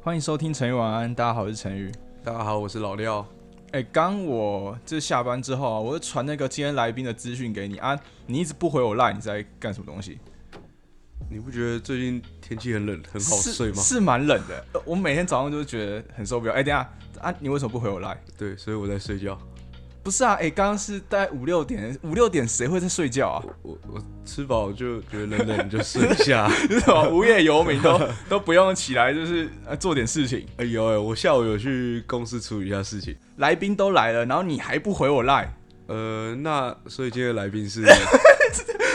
欢迎收听《成语晚安》，大家好，我是陈宇。大家好，我是老廖。哎、刚我这下班之后啊，我就传那个今天来宾的资讯给你啊，你一直不回我赖，你在干什么东西？你不觉得最近天气很冷，很好睡吗是？是蛮冷的，呃我每天早上都觉得很受不了。哎、等一下啊，你为什么不回我赖？对，所以我在睡觉。不是啊，哎、刚刚是大概五六点，五六点谁会在睡觉啊？ 我我我吃饱就觉得冷冷，就睡一 下。就是什么无业游民都都不用起来，就是呃做点事情。哎呦哎，我下午有去公司处理一下事情。来宾都来了，然后你还不回我赖，呃，那所以今天的来宾 是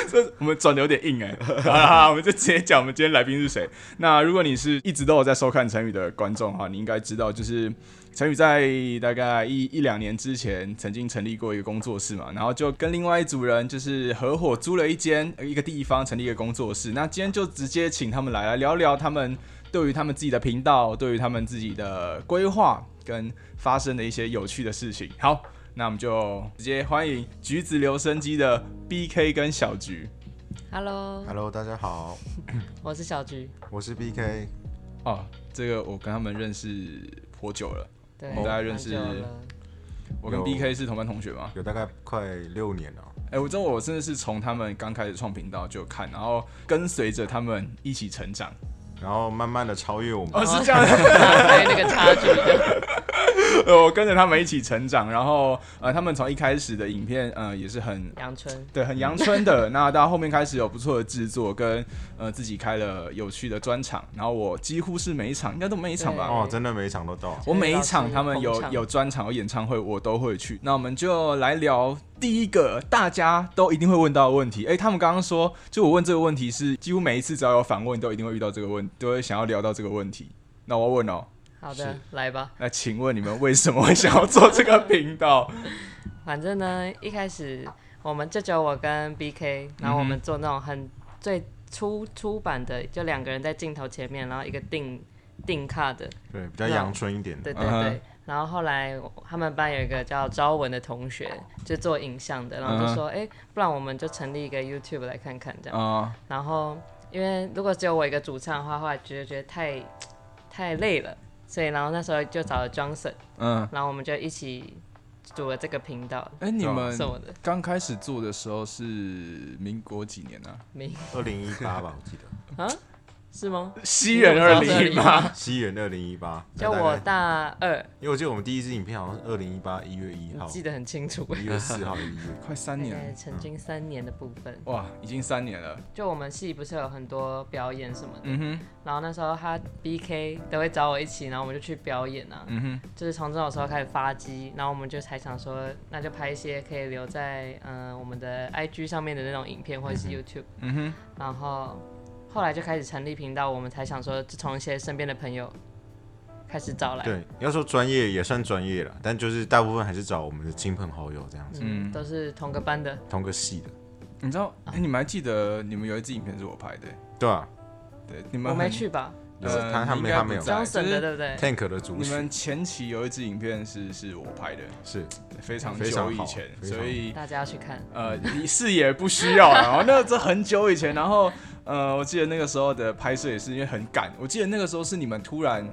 这我们转的有点 硬哎、好啦好啦，我们就直接讲我们今天来宾是谁。那如果你是一直都有在收看陈宇的观众哈，你应该知道，就是陈宇在大概一一两年之前曾经成立过一个工作室嘛，然后就跟另外一组人就是合伙租了一间呃一个地方成立一个工作室。那今天就直接请他们来来聊聊他们对于他们自己的频道，对于他们自己的规划跟发生的一些有趣的事情。好。那我们就直接欢迎橘子留声机的 B K 跟小菊。 Hello， Hello，大家好，我是小菊。我是 BK。哦，这个我跟他们认识颇久了。对，我们哦大概认识蛮久了我跟有 B K 是同班同学嘛？有大概快六年了、哎、我知道我真的是从他们刚开始创频道就看，然后跟随着他们一起成长。然后慢慢的超越我们。哦，是这样的， 对那个差距的。我跟着他们一起成长，然后呃，他们从一开始的影片呃也是很阳春，对，很阳春的。那到后面开始有不错的制作，跟呃自己开了有趣的专场，然后我几乎是每一场应该都每一场吧，哦，真的每一场都到。我每一场他们捧有场有专场、有演唱会，我都会去。那我们就来聊第一个大家都一定会问到的问题。诶，他们刚刚说，就我问这个问题是几乎每一次只要有访问，都一定会遇到这个问，都会想要聊到这个问题。那我要问哦，好的是，来吧。那请问你们为什么会想要做这个频道？反正呢，一开始我们就只有我跟 BK，然后我们做那种很最初初版的，就两个人在镜头前面，然后一个定定卡的，对，比较阳春一点。对对嗯对。哼然后后来他们班有一个叫招文的同学，就做影像的，然后就说，哎、不然我们就成立一个 YouTube 来看看这样。啊、然后因为如果只有我一个主唱的话，后来觉得觉得太太累了，所以然后那时候就找了 Johnson， 嗯，然后我们就一起组了这个频道，哎、你们是我的刚开始做的时候是民国几年啊？名二零一八吧，我记得。啊，是吗？西元二零一八，西元二零一八。就大概我，大二，因为我记得我们第一支影片好像是二零一八一月一你号、记得很清楚。一月四号、一月。快三年大概了，曾经三年的部分，哇，已经三年了。就我们系不是有很多表演什么的，嗯哼，然后那时候他 B K 都会找我一起，然后我们就去表演啊，嗯哼。就是从这种时候开始发迹，然后我们就才想说，那就拍一些可以留在嗯、呃我们的 IG 上面的那种影片或者是 YouTube，嗯哼，然后后来就开始成立频道，我们才想说，就从一些身边的朋友开始找来，对，要说专业也算专业了，但就是大部分还是找我们的亲朋好友这样子，嗯，都是同个班的，同个系的。你知道、哎诶你们还记得你们有一支影片是我拍的、对啊，对，你们我很没，去吧，有呃他他你应没该他不没有在张省就是的对不对？ Tank 的主你群们前期有一支影片是是我拍的，是对非常非常久以好前，非常所以大家要去 看，呃你是也不需要 啦，然后那这很久以前，然后呃我记得那个时候的拍摄也是因为很赶，我记得那个时候是你们突然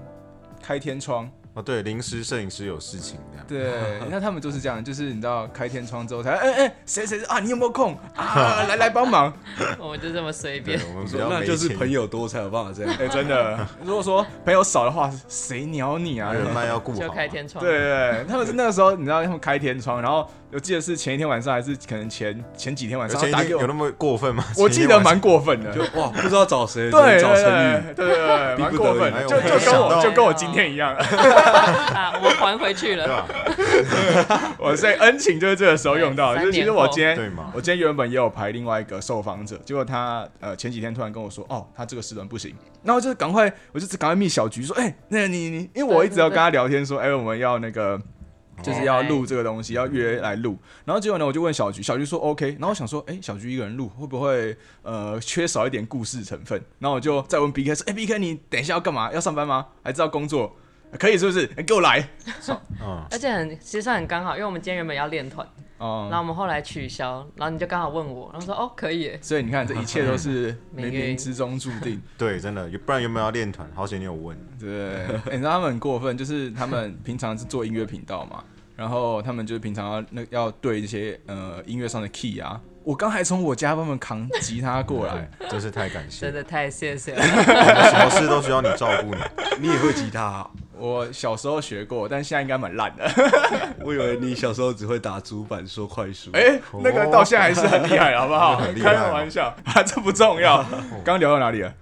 开天窗，哦，对，临时摄影师有事情这样。 对，那他们就是这样，就是你知道开天窗之后才哎哎谁谁啊你有没有空啊来来帮忙，我们就这么随对便，，我们比较那就是没钱朋友多才有办法这样。 哎、真 的，如果说朋友少的话，谁鸟你啊？人脉要顾好就嘛。开天 窗，对对，对他们是那个时候，你知道他们开天窗，然后我记得是前一天晚上还是可能前前几天晚而上且打一给定有那我，么过分吗？我记得蛮过分的，就对 哇，不知道找谁，只能对找陈宇。对对对，蛮过分的， 逼不就就得已跟哎我呦就跟我今天一样， 啊，我们还回去对了，啊吧？ 我所以恩情就是这个时候用到的，对就是其实三年后我今天对嘛我今天原本也有排另外一个受访者，结果他呃前几天突然跟我说，哦，他这个时段不行，然后就是赶快，我就赶快密小菊说，哎、那个你你，因为我一直要跟他聊天说，哎、我们要那哦个。就是要录这个东西，要约来录。然后结果呢，我就问小菊，小菊说 OK。然后我想说，哎、小菊一个人录会不会呃缺少一点故事成分？然后我就再问 BK 说，哎、b k 你等一下要干嘛？要上班吗？还是要工作？可以是不是？哎给我来。嗯，而且很其实算很刚好，因为我们今天原本要练团，哦、然后我们后来取消，然后你就刚好问我，然后说哦可以耶，所以你看，这一切都 是命冥运冥之中注定。对，真的，不然有没有要练团？好险你有问。对，欸你知道他们很过分，就是他们平常是做音乐频道嘛，然后他们就是平常要那要对一些呃音乐上的 key 啊，我刚还从我家帮他们扛吉他过 来，对，真是太感谢真了，的太谢谢 了。我们什么事都需要你照顾你。你也会吉他啊、我小时候学过，但现在应该蛮烂 的。我以为你小时候只会打主板说快书。哎、那个到现在还是很厉害，好不好？ 很厉害开个玩笑啊，这不重 要。刚刚聊到哪里了？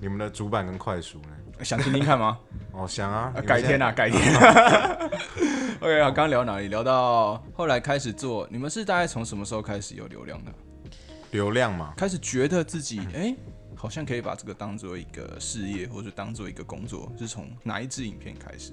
你们的主板跟快书呢？想听听看吗？哦，想啊啊，改天啊，改天。OK，好，刚刚聊到哪里？聊到后来开始做，你们是大概从什么时候开始有流量的？流量嘛，开始觉得自己哎、好像可以把这个当做一个事业，或者当做一个工作，是从哪一支影片开始？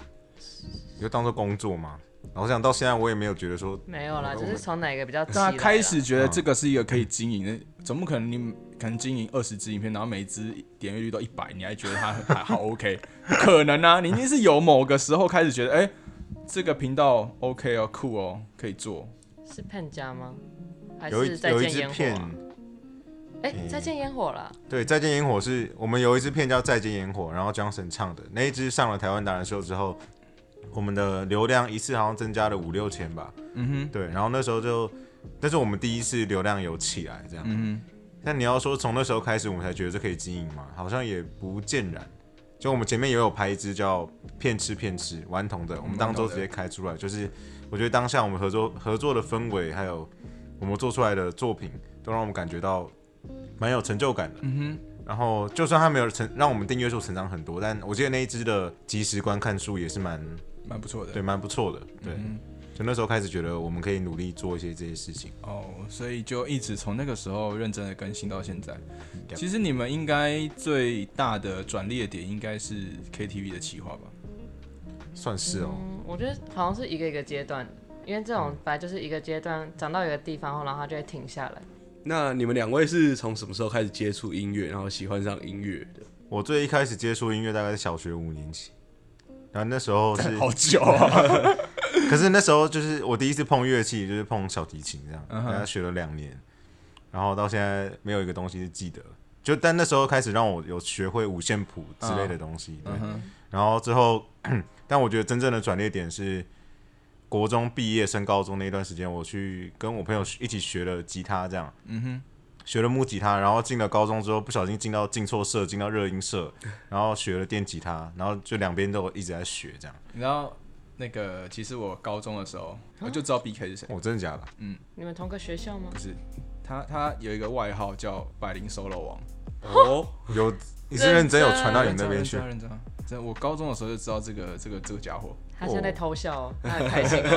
你就当做工作嘛。老实讲，到现在我也没有觉得说，没有啦，就是从哪个比较起来啊大啦啊家开始觉得这个是一个可以经营的，怎么可能你可能经营二十支影片，然后每支点阅率都一百，你还觉得它还好 OK？不可能啊，你一定是有某个时候开始觉得，哎、这个频道 OK 哦，酷哦，可以做。是骗家吗？还有是一再有一见支烟片火，啊？哎，再见烟火啦！对，《再见烟火》是我们有一支片叫《再见烟火》，然后 Johnson 唱的那一支上了台湾达人秀之后，我们的流量一次好像增加了五六千吧。嗯对，然后那时候就，但是我们第一次流量有起来这样。哼，嗯但你要说从那时候开始，我们才觉得这可以经营嘛，好像也不尽然。就我们前面也有拍一支叫“骗吃骗吃”顽童的，我们当周嗯直接开出来，就是我觉得当下我们合作合作的氛围，还有我们做出来的作品，都让我们感觉到蛮有成就感的。嗯然后就算它没有成让我们订阅数成长很多，但我记得那一支的即时观看数也是蛮哼，蛮不错的。对蛮不错的。对，嗯就那时候开始觉得我们可以努力做一些这些事情。哦，所以就一直从那个时候认真的更新到现在。 Yep 其实你们应该最大的转捩点应该是 KTV 的企划吧？算是哦，嗯，我觉得好像是一个一个阶段，因为这种本来就是一个阶段，长到一个地方后，然后它就会停下来。那你们两位是从什么时候开始接触音乐，然后喜欢上音乐的？我最一开始接触音乐大概是小学五年级，然后那时候 是，好久啊！ 可是那时候就是我第一次碰乐器，就是碰小提琴这样，嗯大哼概学了两年，然后到现在没有一个东西是记得。就但那时候开始让我有学会五线谱之类的东西，对嗯哼然后之后， 但我觉得真正的转捩点是国中毕业升高中那段时间，我去跟我朋友一起学了吉他，这样嗯哼，学了木吉他，然后进了高中之后，不小心进到进错社，进到热音社，然后学了电吉他，然后就两边都一直在学这样。你知道那个，其实我高中的时候我就知道 BK 是谁，我、真的假的？你们同个学校吗不？是他，他有一个外号叫百灵 solo 王，哦，有你是认真有传到你认真那啊边认去真啊？认真啊，真的我高中的时候就知道这个这个这个家 伙，他现在在偷笑哦，他很开心哦。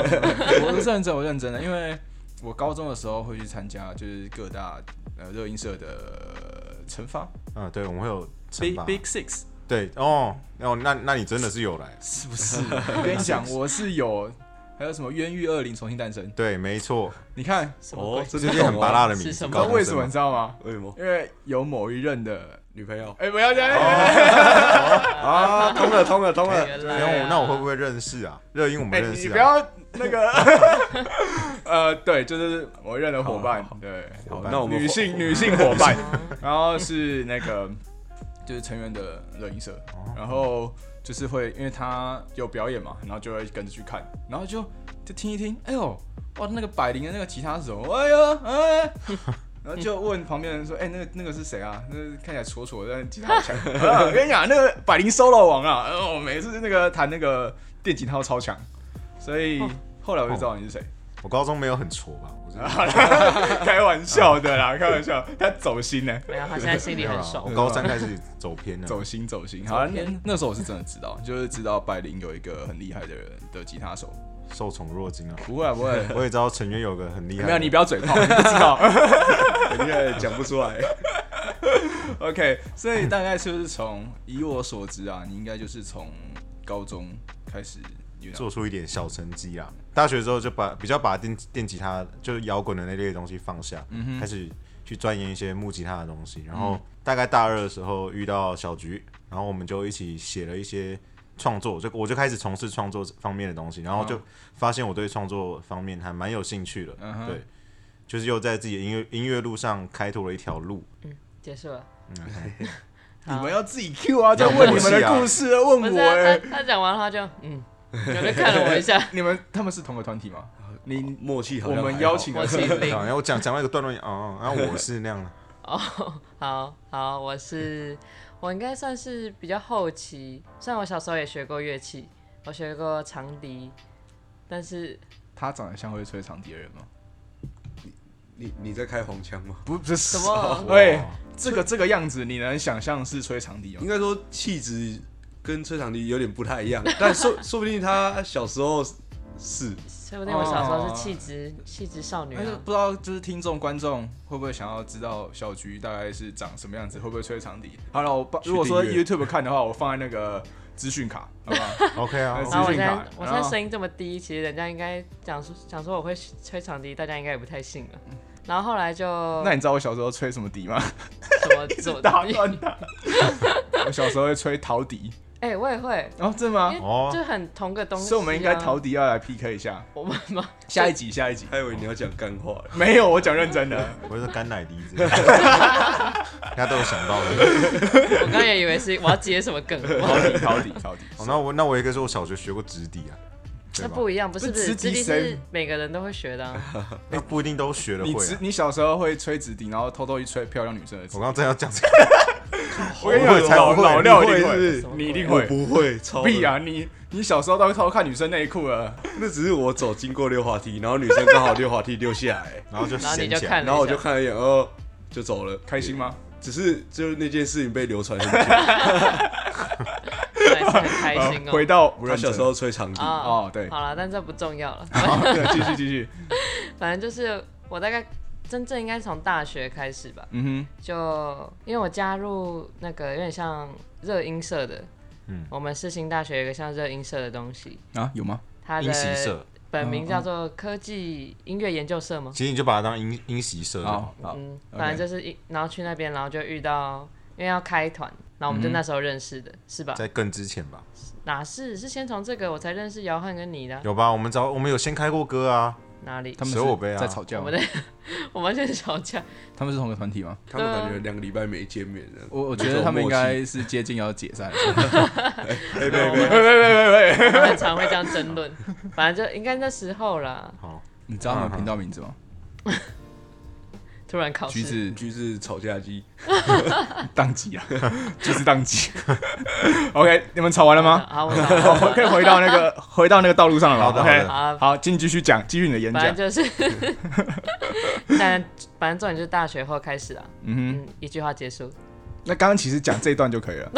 我是认真，我认真的，因为我高中的时候会去参加就是各大呃热音社的呃惩罚嗯，对，我们会有惩 Big 罚。 Big Six。对哦哦，那那你真的是有来？是不是？我跟你 讲，我是有，还有什么《冤狱二零重新诞生》？对，没错，你看，什么哦鬼？，这这就是很拔辣的名是字。什你么知道高中为什么生你知道吗？为什么？因为有某一任的，女朋友哦哎、不要这样，哎、啊，通 了，通了，通了。原来然后啊我那我会不会认识啊？热音我哎们认你识不啊。要那 个，呃，对，就是某一任的伙伴，好好对，好伙，伴那我们女性女性伙伴， 然后是那个就是成员的热音社，然后就是会因为他有表演嘛，然后就会跟着去看，然后就就听一听，哎呦，哇，那个百灵的那个吉他手，哎呦，哎，然后就问旁边的人说，哎，那个那个是谁啊？那个看起来楚楚的，但是吉他好强。 啊我跟你讲，那个百灵 solo 王啊，哦，每次那个弹那个电吉他都超强，所以后来我就知道你是谁。我高中没有很挫吧？我真的 开玩笑的啦，开玩笑，他走心呢、没有，他现在心没里有很啦爽我。高三开始走偏了。走心走心。好，啊那偏那时候我是真的知道，就是知道百灵有一个很厉害的人的吉他手。受宠若惊啊！不会啊不会， 我也知道成员有个很厉害的，没有你不要嘴炮，你不知 道。肯定讲不出来。 OK，所以大概是不是从以我所知啊，你应该就是从高中开始有做出一点小成绩啊。大学之后就把比较把电电吉他就是摇滚的那类的东西放下，开始去钻研一些木吉他的东西。然后大概大二的时候遇到小菊，然后我们就一起写了一些创作，就我就开始从事创作方面的东西，然后就发现我对创作方面还蛮有兴趣的，嗯哼对，就是又在自己的音乐音乐路上开拓了一条路。嗯结束了。你好们要自己 Q 啊，在问你们的故事，问不是我 啊、哎、他他讲完他就嗯，有人看了我一下， 你们他们是同个团体吗？你默契好我像们还邀好请我的是 对零啊。然后我讲讲到一个段落，哦，然后我是那样的，哦，好好，我是我应该算是比较后期，虽然我小时候也学过乐器，我学过长笛，但是他长得像会吹长笛的人吗？你你在开黄腔吗？不，不是什什么喂，哦这个这个样子，你能想象是吹长笛吗应？该说气质跟崔长迪有点不太 一样，但说说不定他小时候是说不定我小时候是气质气质少女哦但是啊。不知道，就是听众观众会不会想要知道小菊大概是长什么样子，会不会吹长笛？好了，我把去如果说订阅 YouTube 看的话，我放在那个资讯卡，好不好？ OK 啊，资然后我讯现在卡我现在声音这么低，其实人家应该讲说讲说我会吹长笛，大家应该也不太信了。然后后来就嗯那你知道我小时候吹什么笛吗？ 什么做打乱他。我小时候会吹陶笛， 哎、我也会，哦，真的吗？因为哦就很同个东西、啊。所以我们应该陶笛要来 PK 一下，我们吗？下一集，下一集。还以为你要讲干话，没有，我讲认真 的。我是干奶梨子，大家都有想到的。 我刚刚也以为是我要接什么梗，陶笛，陶笛，陶笛。哦那我那我一个是我小学学过直笛啊，对那吧不一样，不是不不是，直直笛笛谁是每个人都会学的啊、那不一定都学得你会直啊。你小时候会吹直笛，然后偷偷一吹漂亮女生的直笛。我刚刚正要讲这个，我跟你我会讲，才老不会老廖一定你会会是，你一定我会。不会超屁啊！你你小时候都偷偷看女生内裤了，那只是我走经过溜滑梯，然后女生刚好溜滑梯溜下 来，然后就然后你闲就起来看了一下，然后我就看了一眼，哦，就走了，开心吗？只是就是那件事情被流传 很久。还是很开心呃哦。回到我他小时候吹长笛，啊哦，对，好了，但这不重要了。 好，对继续继续，反正就是我大概真正应该从大学开始吧，嗯就因为我加入那个有点像热音社的，嗯我们世新大学有一个像热音社的东西，哼，啊，有吗？它音习社的，本名嗯叫做科技音乐研究社吗？其实你就把它当音音习社就好哦好，好，嗯， OK 反正就是一，然后去那边，然后就遇到，因为要开团，然后我们就嗯那时候认识的，是吧？在更之前吧，哪是是先从这个我才认识姚汉跟你的啊有吧？我们早我们有先开过歌啊，哪里他？们舍我呗是啊在吵架我吗们？的我们先吵架，他们是同个团体吗？他们啊感觉两个礼拜没见面了。我我没觉什得么他们应默契该是接近要解散了。哎，对对我对，们喂喂喂喂喂，我们很常会这样争论，反正就应该那时候啦。好， 你知道他们频道名字吗？嗯突然考橘试，子橘子吵架机，宕机啊，橘子宕机。OK，你们吵完了吗？好，我懂了我 可以回到那 个回到那个道路上了吗？好的 OK，好的好好，请继续讲，继续你的演反讲。正就是， 但反正重点就是大学后开始啊，嗯哼，嗯，一句话结束。那刚刚其实讲这一段就可以了。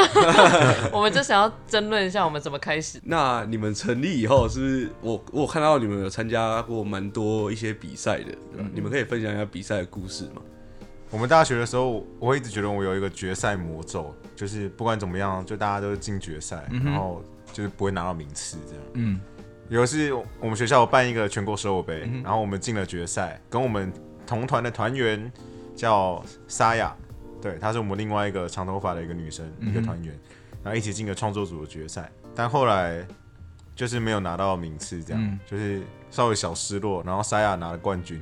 我们就想要争论一下我们怎么开始，那你们成立以后，是不是我我有看到你们有参加过蛮多一些比赛的，对吧？你们可以分享一下比赛的故事吗？我们大学的时候，我一直觉得我有一个决赛魔咒，就是不管怎么样，就大家都是进决赛，然后就是不会拿到名次这样。嗯，有一次我们学校有办一个全国手偶杯，然后我们进了决赛，跟我们同团的团员叫沙雅，对，她是我们另外一个长头发的一个女生，嗯一个团员，然后一起进了创作组的决赛，但后来就是没有拿到名次，这样、嗯就是稍微小失落。然后沙雅拿了冠军，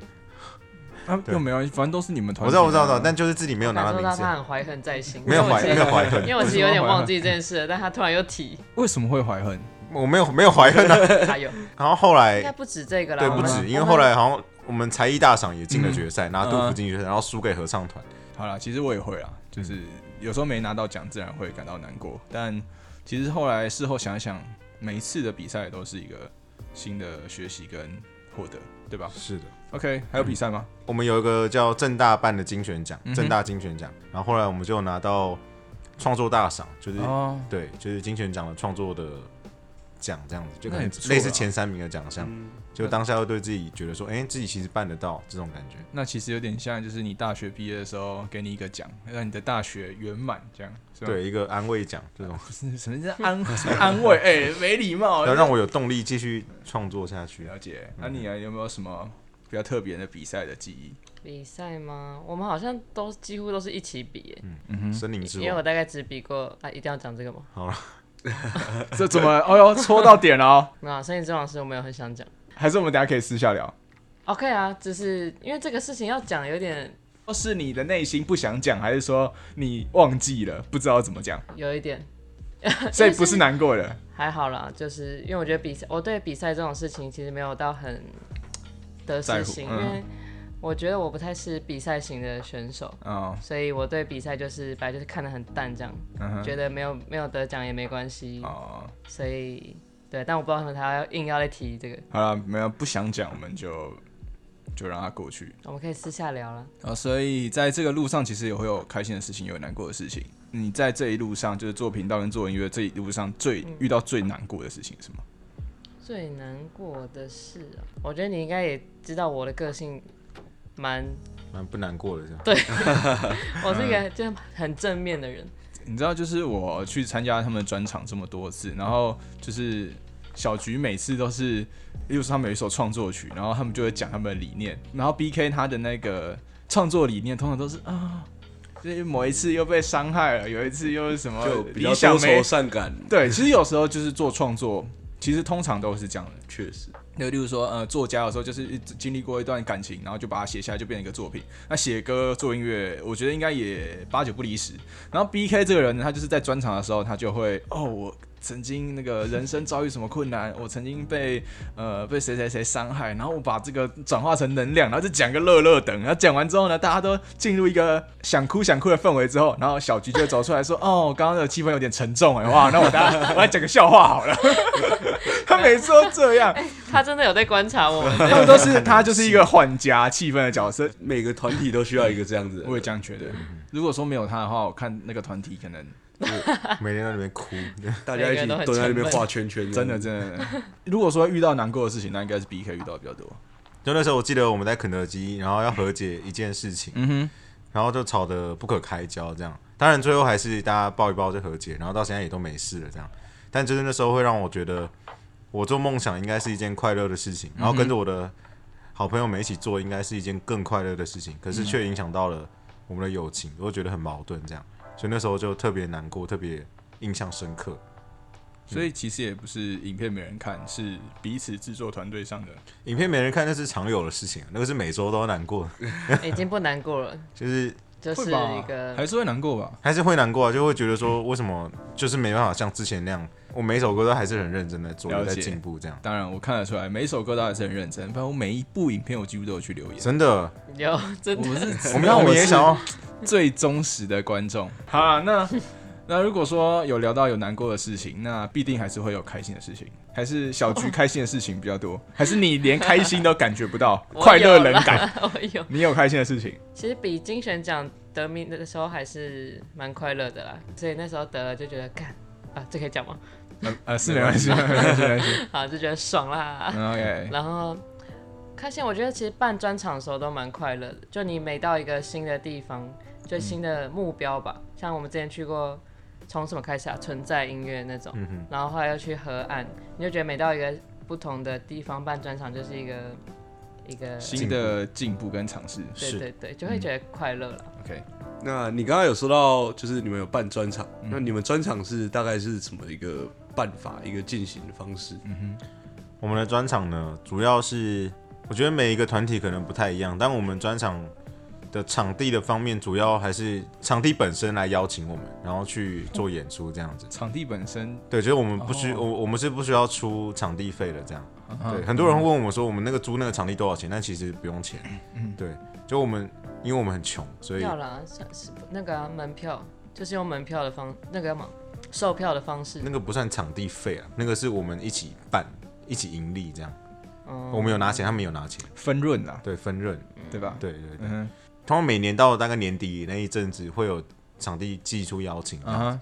啊，又没有，反正都是你们团我体知的啊。道我知道我知道，但就是自己没有拿感到受名到次，他很怀恨在心，没有怀因为我其没实有怀因恨为，我其实有点忘记这件事了，但他突然又提，为什么会怀恨？我没有没有怀恨啊。还 有然后后应该来不止这个啦，对我不们止，因为我们后来好像我们才艺大赏也进了决赛，拿杜嗯甫进决赛，然后输给合唱团。好啦，其实我也会啦，就是有时候没拿到奖，自然会感到难过。但其实后来事后想一想，每一次的比赛都是一个新的学习跟获得，对吧是的。 ？OK，还有比赛吗？我们有一个叫正大办的金选奖嗯，哼正大金选奖，然后后来我们就拿到创作大赏，就是、哦，对，就是金选奖的创作的奖这样子，就那可能也不错类似啦前三名的奖项，嗯就当下会对自己觉得说，哎、自己其实办得到这种感觉。那其实有点像，就是你大学毕业的时候给你一个奖，让你的大学圆满，这样是吧？对，一个安慰奖这种，不是 什么叫安什么安慰？哎、没礼貌。要让我有动力继续创作下去。了解。那、你啊有没有什么比较特别的比赛的记忆？比赛吗？我们好像都几乎都是一起比耶，森林之因为我王，大概只比过啊，一定要讲这个吗？好了，这怎么？哎呦，戳到点了哦！那生意之王是我没有很想讲。还是我们等一下可以私下聊。 OK 啊，只是因为这个事情要讲有点是你的内心不想讲，还是说你忘记了不知道怎么讲？有一点所以不是难过的。还好啦，就是因为我觉得比赛，我对比赛这种事情其实没有到很得在失乎心，嗯因为我觉得我不太是比赛型的选手，哦，所以我对比赛就是本来就是看得很淡，这样、嗯哼，觉得没有没有得奖也没关系，哦，所以对，但我不知道为什么他要硬要来提这个，好了，没有不想讲，我们就就让它过去。我们可以私下聊了。啊，所以在这个路上，其实也会有开心的事情，也有难过的事情。你在这一路上，就是做频道跟做音乐这一路上最，遇到最难过的事情是吗？最难过的事、啊，我觉得你应该也知道我的个性蛮，蛮不难过 的这样。我是一个就是很正面 的人，你知道，就是我去参加他们专场这么多次，然后就是小菊每次都是，例如说他们有一首创作曲，然后他们就会讲他们的理念，然后 B K 他的那个创作理念通常都是啊，就是某一次又被伤害了，有一次又是什么就比较理想多没愁善感，对，其实有时候就是做创作，其实通常都是这样的。确实。那例如说，呃，作家有时候就是经历过一段感情，然后就把它写下来，就变成一个作品。那写歌、做音乐，我觉得应该也八九不离十。然后 B K 这个人呢，他就是在专场的时候，他就会哦，我曾经那个人生遭遇什么困难，我曾经被呃被谁谁谁伤害，然后我把这个转化成能量，然后就讲个乐乐等。然后讲完之后呢，大家都进入一个想哭想哭的氛围之后，然后小菊就会走出来 说：“哦，刚刚的气氛有点沉重哎，哇，那我大家我 来讲个笑话好了。”他每次都这 样。他真的有在观察我们。他们都是他就是一个缓夹气氛的角色，每个团体都需要一个这样子的人，我也这样觉得。如果说没有他的话，我看那个团体可能每天在那边哭，大家一起蹲哎在那边画圈圈，真的真的。如果说遇到难过的事情，那应该是 B K 遇到比较多。就那时候我记得我们在肯德基，然后要和解一件事情，嗯哼，然后就吵得不可开交这样。当然最后还是大家抱一抱就和解，然后到现在也都没事了这样。但就是那时候会让我觉得，我做梦想应该是一件快乐的事情，嗯然后跟着我的好朋友们一起做，应该是一件更快乐的事嗯情，可是却影响到了我们的友情，我就觉得很矛盾这样。所以那时候就特别难过，特别印象深刻。所以其实也不是影片没人看，是彼此制作团队上的。影片没人看，那是常有的事情，啊那个是每周都难过，已经不难过了，就是就是会一吧，还个是会难过吧？还是会难过啊，就会觉得说，为什么就是没办法像之前那样，我每首歌都还是很认真在做，了有解在进步这样。当然，我看得出来，每一首歌都还是很认真，反正我每一部影片我几乎都有去留言。真的，有真的，我是我们我们也想要，最忠实的观众。好啦， 那那如果说有聊到有难过的事情，那必定还是会有开心的事情，还是小菊开心的事情比较 多，还是你连开心都感觉不到 我快乐有冷啦感？，我有。你有开心的事情，其实比金选奖得名的时候还是蛮快乐的啦，所以那时候得了就觉得干啊，这可以讲吗？呃呃，是没关系，没关系，没关系。好，就觉得爽啦。嗯 OK，然后开心，我觉得其实办专场的时候都蛮快乐的，就你每到一个新的地方，就新的目标嗯吧，像我们之前去过从什么开始啊，存在音乐那种，嗯哼，然后后来又去河岸，你就觉得每到一个不同的地方办专场就是一个一个。新的进步跟尝试。对是对对，就会觉得快乐了。嗯 OK，那你刚刚有说到，就是你们有办专场，那你们专场是大概是怎么一个办法、一个进行的方式？我们的专场呢，主要是我觉得每一个团体可能不太一样，但我们专场的场地的方面，主要还是场地本身来邀请我们，然后去做演出这样子。场地本身，对，就是我们不需嗯哦我我们是不需要出场地费的这样。啊哈对，很多人会问我们说，我们那个租那个场地多少钱？但其实不用钱。嗯对，就我们因为我们很穷，所以要啦，算是那个啊、门票，就是用门票的方，那个嘛，售票的方式那。个不算场地费啊，那个是我们一起办、一起盈利这样。嗯，我们有拿钱，他们有拿钱，分润啊，对，分润，对吧？对对对。嗯他们每年到大概年底那一阵子，会有场地寄出邀请这哼，样，啊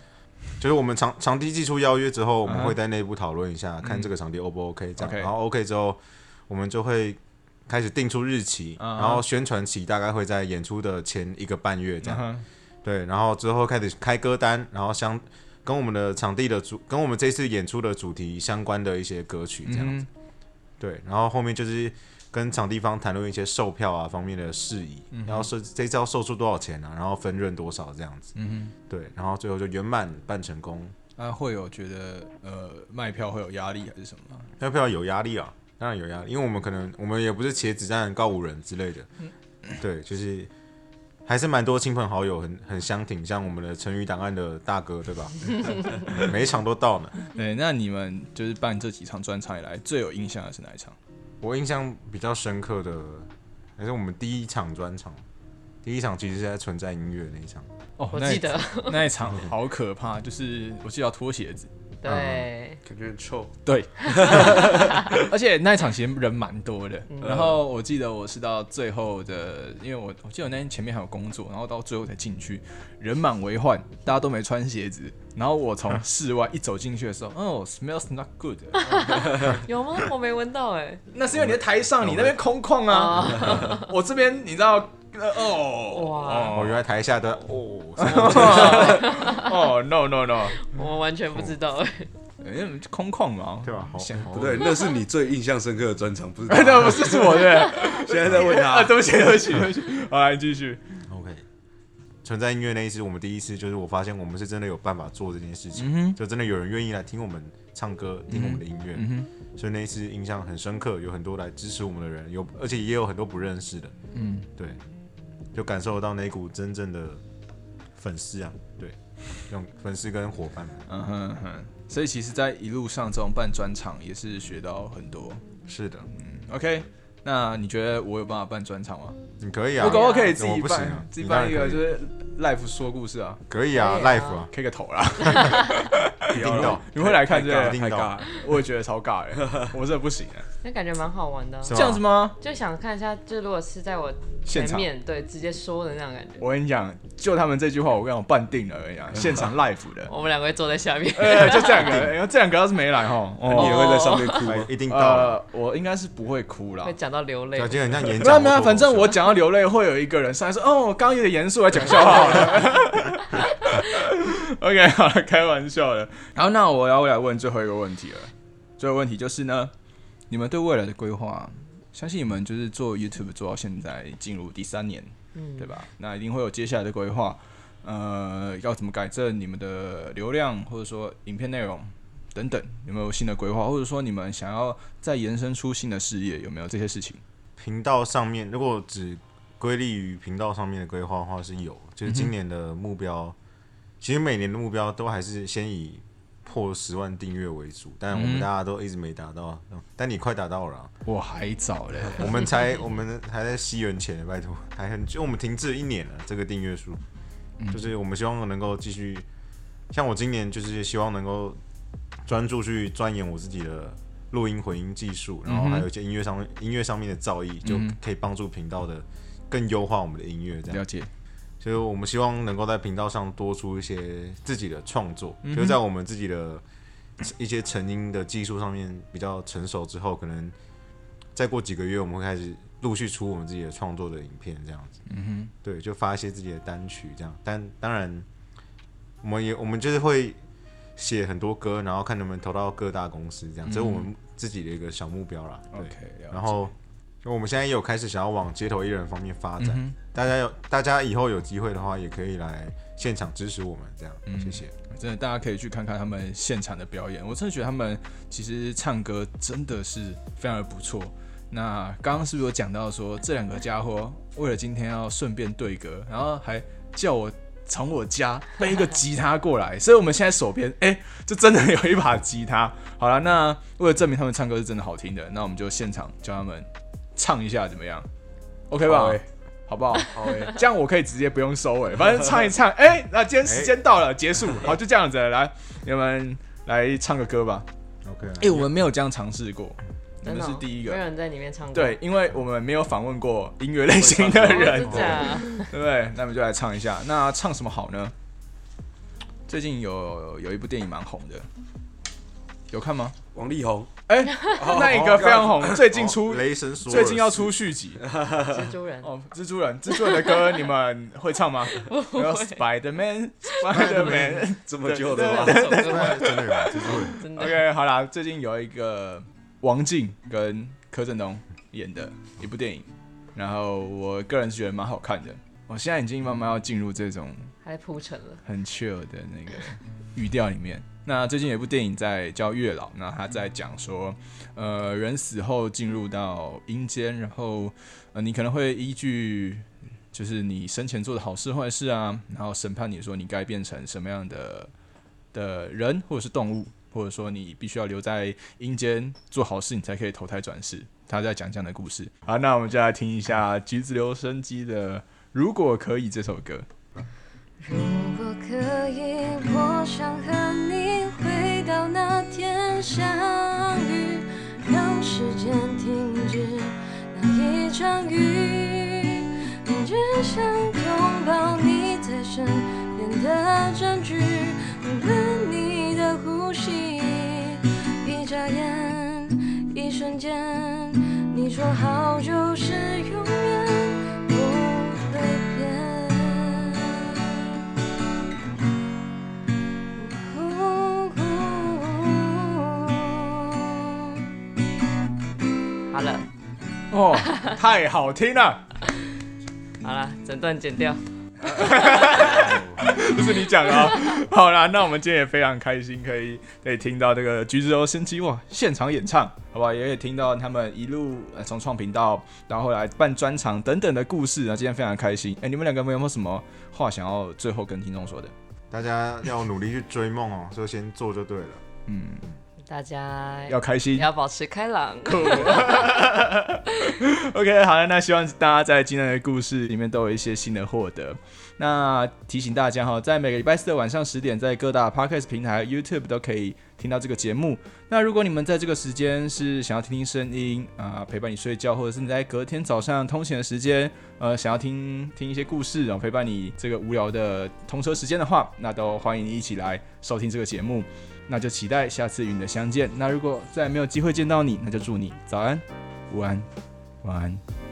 就是我们场场地寄出邀约之后，我啊们哈会在内部讨论一下，看这个场地 O 不 OK 这嗯样，OK 然后 OK 之后，我们就会。开始定出日期，啊哈然后宣传期大概会在演出的前一个半月这哈，啊样。哈对，然后之后开始开歌单，然后相跟我们的场地的主跟我们这次演出的主题相关的一些歌曲这样子。嗯对，然后后面就是跟场地方谈论一些售票啊方面的事宜，嗯然后是这次要售出多少钱啊，然后分润多少这样子。嗯对，然后最后就圆满办成功，啊，会有觉得呃卖票会有压力还是什么吗？要不要有压力啊？当然有压力，因为我们可能我们也不是茄子蛋告五人之类的，对，就是还是蛮多亲朋好友很很相挺，像我们的成语档案的大哥，对吧？ 每一场都到呢。对，那你们就是办这几场专场以来，最有印象的是哪一场？我印象比较深刻的还是我们第一场专场，第一场其实是在存在音乐那一场，哦我记得，那一 那一场好可怕，就是我记得要脱鞋子，对，感觉很臭。对， 而且那一场其实人蛮多的。嗯然后我记得我是到最后的，因为我我记得我那天前面还有工作，然后到最后才进去，人满为患，大家都没穿鞋子。然后我从室外一走进去的时候，哦，smells not good，有吗？我没闻到哎， 那是因为你在台上，你那边空旷啊，哦我这边你知道。呃哦哦，哇，原来台下的哦， 哦，no no no，我完全不知道哎，因为空旷嘛， 对啊吧好想好不不对，？对，那是你最印象深刻的专场，不 是那啊不是是我的，现在在问啊，他，对不起对不起对不起，好来继续， OK，存在音乐那一次，我们第一次就是我发现我们是真的有办法做这件事情，嗯就真的有人愿意来听我们唱歌，听我们的音乐，嗯哼。所以那一次印象很深刻，有很多来支持我们的人，有而且也有很多不认识的，嗯，对，就感受到那一股真正的粉丝啊，对，那种粉丝跟伙伴们嗯哼嗯哼，所以其实，在一路上这种办专场也是学到很多。是的，嗯 OK，那你觉得我有办法办专场吗？你可以啊，我搞不好可以自怎么己不行啊办，自己办一个就是是 live 说故事啊，可以啊可以啊，life 啊，开个头啦。一定到，你会来看这一个？定太到尬，我也觉得超尬的， 我这不行啊。那感觉蛮好玩的啊，是吧这样子吗？就想看一下，就如果是在我现前场面对直接说的那种感觉，我跟你讲，就他们这句话，我跟你讲，我办定了，我跟你讲，现场 live 的。我们两个会坐在下面，呃， 就这 两个，然后这两个要是没来哈，你也哦，会在上面哭吗？哎一定到了，呃，我应该是不会哭啦会。讲到流泪感，觉很像演没有讲，没有，反正我讲到流泪，会有一个人上来说：“哦，我刚刚有点严肃，来讲笑话好了。” OK，好了，开玩笑的。然后那我要来问最后一个问题了，最后一个问题就是呢，你们对未来的规划，相信你们就是做 YouTube 做到现在进入第三年，嗯对吧？那一定会有接下来的规划，呃，要怎么改正你们的流量，或者说影片内容等等，有没有新的规划，或者说你们想要再延伸出新的事业，有没有这些事情？频道上面，如果只归类于频道上面的规划的话，是有，就是今年的目标，其实每年的目标都还是先以破十万订阅为主，但我嗯们大家都一直没达到，嗯但你快达到了啊、我还早嘞。我们才我们还在西元前，拜托，还很久，我们停滞一年了，这个订阅数，嗯就是我们希望能够继续，像我今年就是希望能够专注去钻研我自己的录音混音技术，然后还有一些音乐上面音乐上面的造诣，就嗯嗯哼可以帮助频道的更优化我们的音乐这样了。解，所以我们希望能够在频道上多出一些自己的创作，就是在我们自己的一些成音的技术上面比较成熟之后，可能再过几个月，我们会开始陆续出我们自己的创作的影片，这样子。嗯哼，对，就发一些自己的单曲这样。但当然，我们也我们就是会写很多歌，然后看能不能投到各大公司这样，这是我们自己的一个小目标啦。对 OK，了解然后就我们现在也有开始想要往街头艺人方面发展，嗯大家有大家以后有机会的话，也可以来现场支持我们，这样、嗯谢谢。哼，真的大家可以去看看他们现场的表演，我真的觉得他们其实唱歌真的是非常的不错。那刚刚是不是有讲到说这两个家伙为了今天要顺便对歌，然后还叫我从我家背一个吉他过来，所以我们现在手边哎、就真的有一把吉他。好了，那为了证明他们唱歌是真的好听的，那我们就现场叫他们唱一下怎么样？OK 吧？好欸好不好？好、这样我可以直接不用收尾，反正唱一 唱，哎、那今天时间到了，结束，哎好，就这样子，来，你们来唱个歌吧。 OK，啊哎、我们没有这样尝试过，你真们的是哦第一没有个，人在里面唱歌，对，因为我们没有访问过音乐类型的哦，人真，假？对不对？那我们就来唱一下，那唱什么好呢？最近有有一部电影蛮红的，有看吗？王力宏， 哦哎、哦那一个非常红，最近出哦雷神索尔，最近要出续集蜘蛛 人，哦，蜘蛛人，蜘蛛人的 歌你们会唱吗？然后 Spider Man，Spider Man。这么久的吗？这首歌吗真的有蜘蛛人，真的 OK，好啦，最近有一个王静跟柯震东演的一部电影，然后我个人是觉得蛮好看的。我现在已经慢慢要进入这种还铺陈了，很 chill 的那个语调里面，那最近有一部电影在叫《月老》，那他在讲说，呃，人死后进入到阴间，然后呃，你可能会依据就是你生前做的好事坏事啊，然后审判你说你该变成什么样的的人或者是动物，或者说你必须要留在阴间做好事，你才可以投胎转世。他在讲这样的故事。好，那我们就来听一下橘子留声机的《如果可以》这首歌。如果可以，我想和你回到那天相遇，让时间停止那一场雨，感觉想拥抱你在身边的证据，闻闻你的呼吸，一眨眼，一瞬间，你说好就是永远。不会变。好了，哦，太好听了，好了，整段剪掉。这是你讲的、啊。好啦，那我们今天也非常开心，可以可以听到这个橘子柔生机哇现场演唱，好不好？也可以听到他们一路呃从创频道到后来办专场等等的故事啊，今天非常开心。哎、你们两个有没有什么话想要最后跟听众说的？大家要努力去追梦哦，所以先做就对了。大家要开心，要保持开朗。 OK，好了，那希望大家在今天的故事里面都有一些新的获得。那提醒大家哈，在每个礼拜四的晚上十点，在各大 Podcast 平台、YouTube 都可以听到这个节目。那如果你们在这个时间是想要听听声音啊、陪伴你睡觉，或者是你在隔天早上通勤的时间，呃，想要听听一些故事，然后陪伴你这个无聊的通车时间的话，那都欢迎你一起来收听这个节目。那就期待下次与你的相见。那如果再没有机会见到你，那就祝你早安、午安、晚安，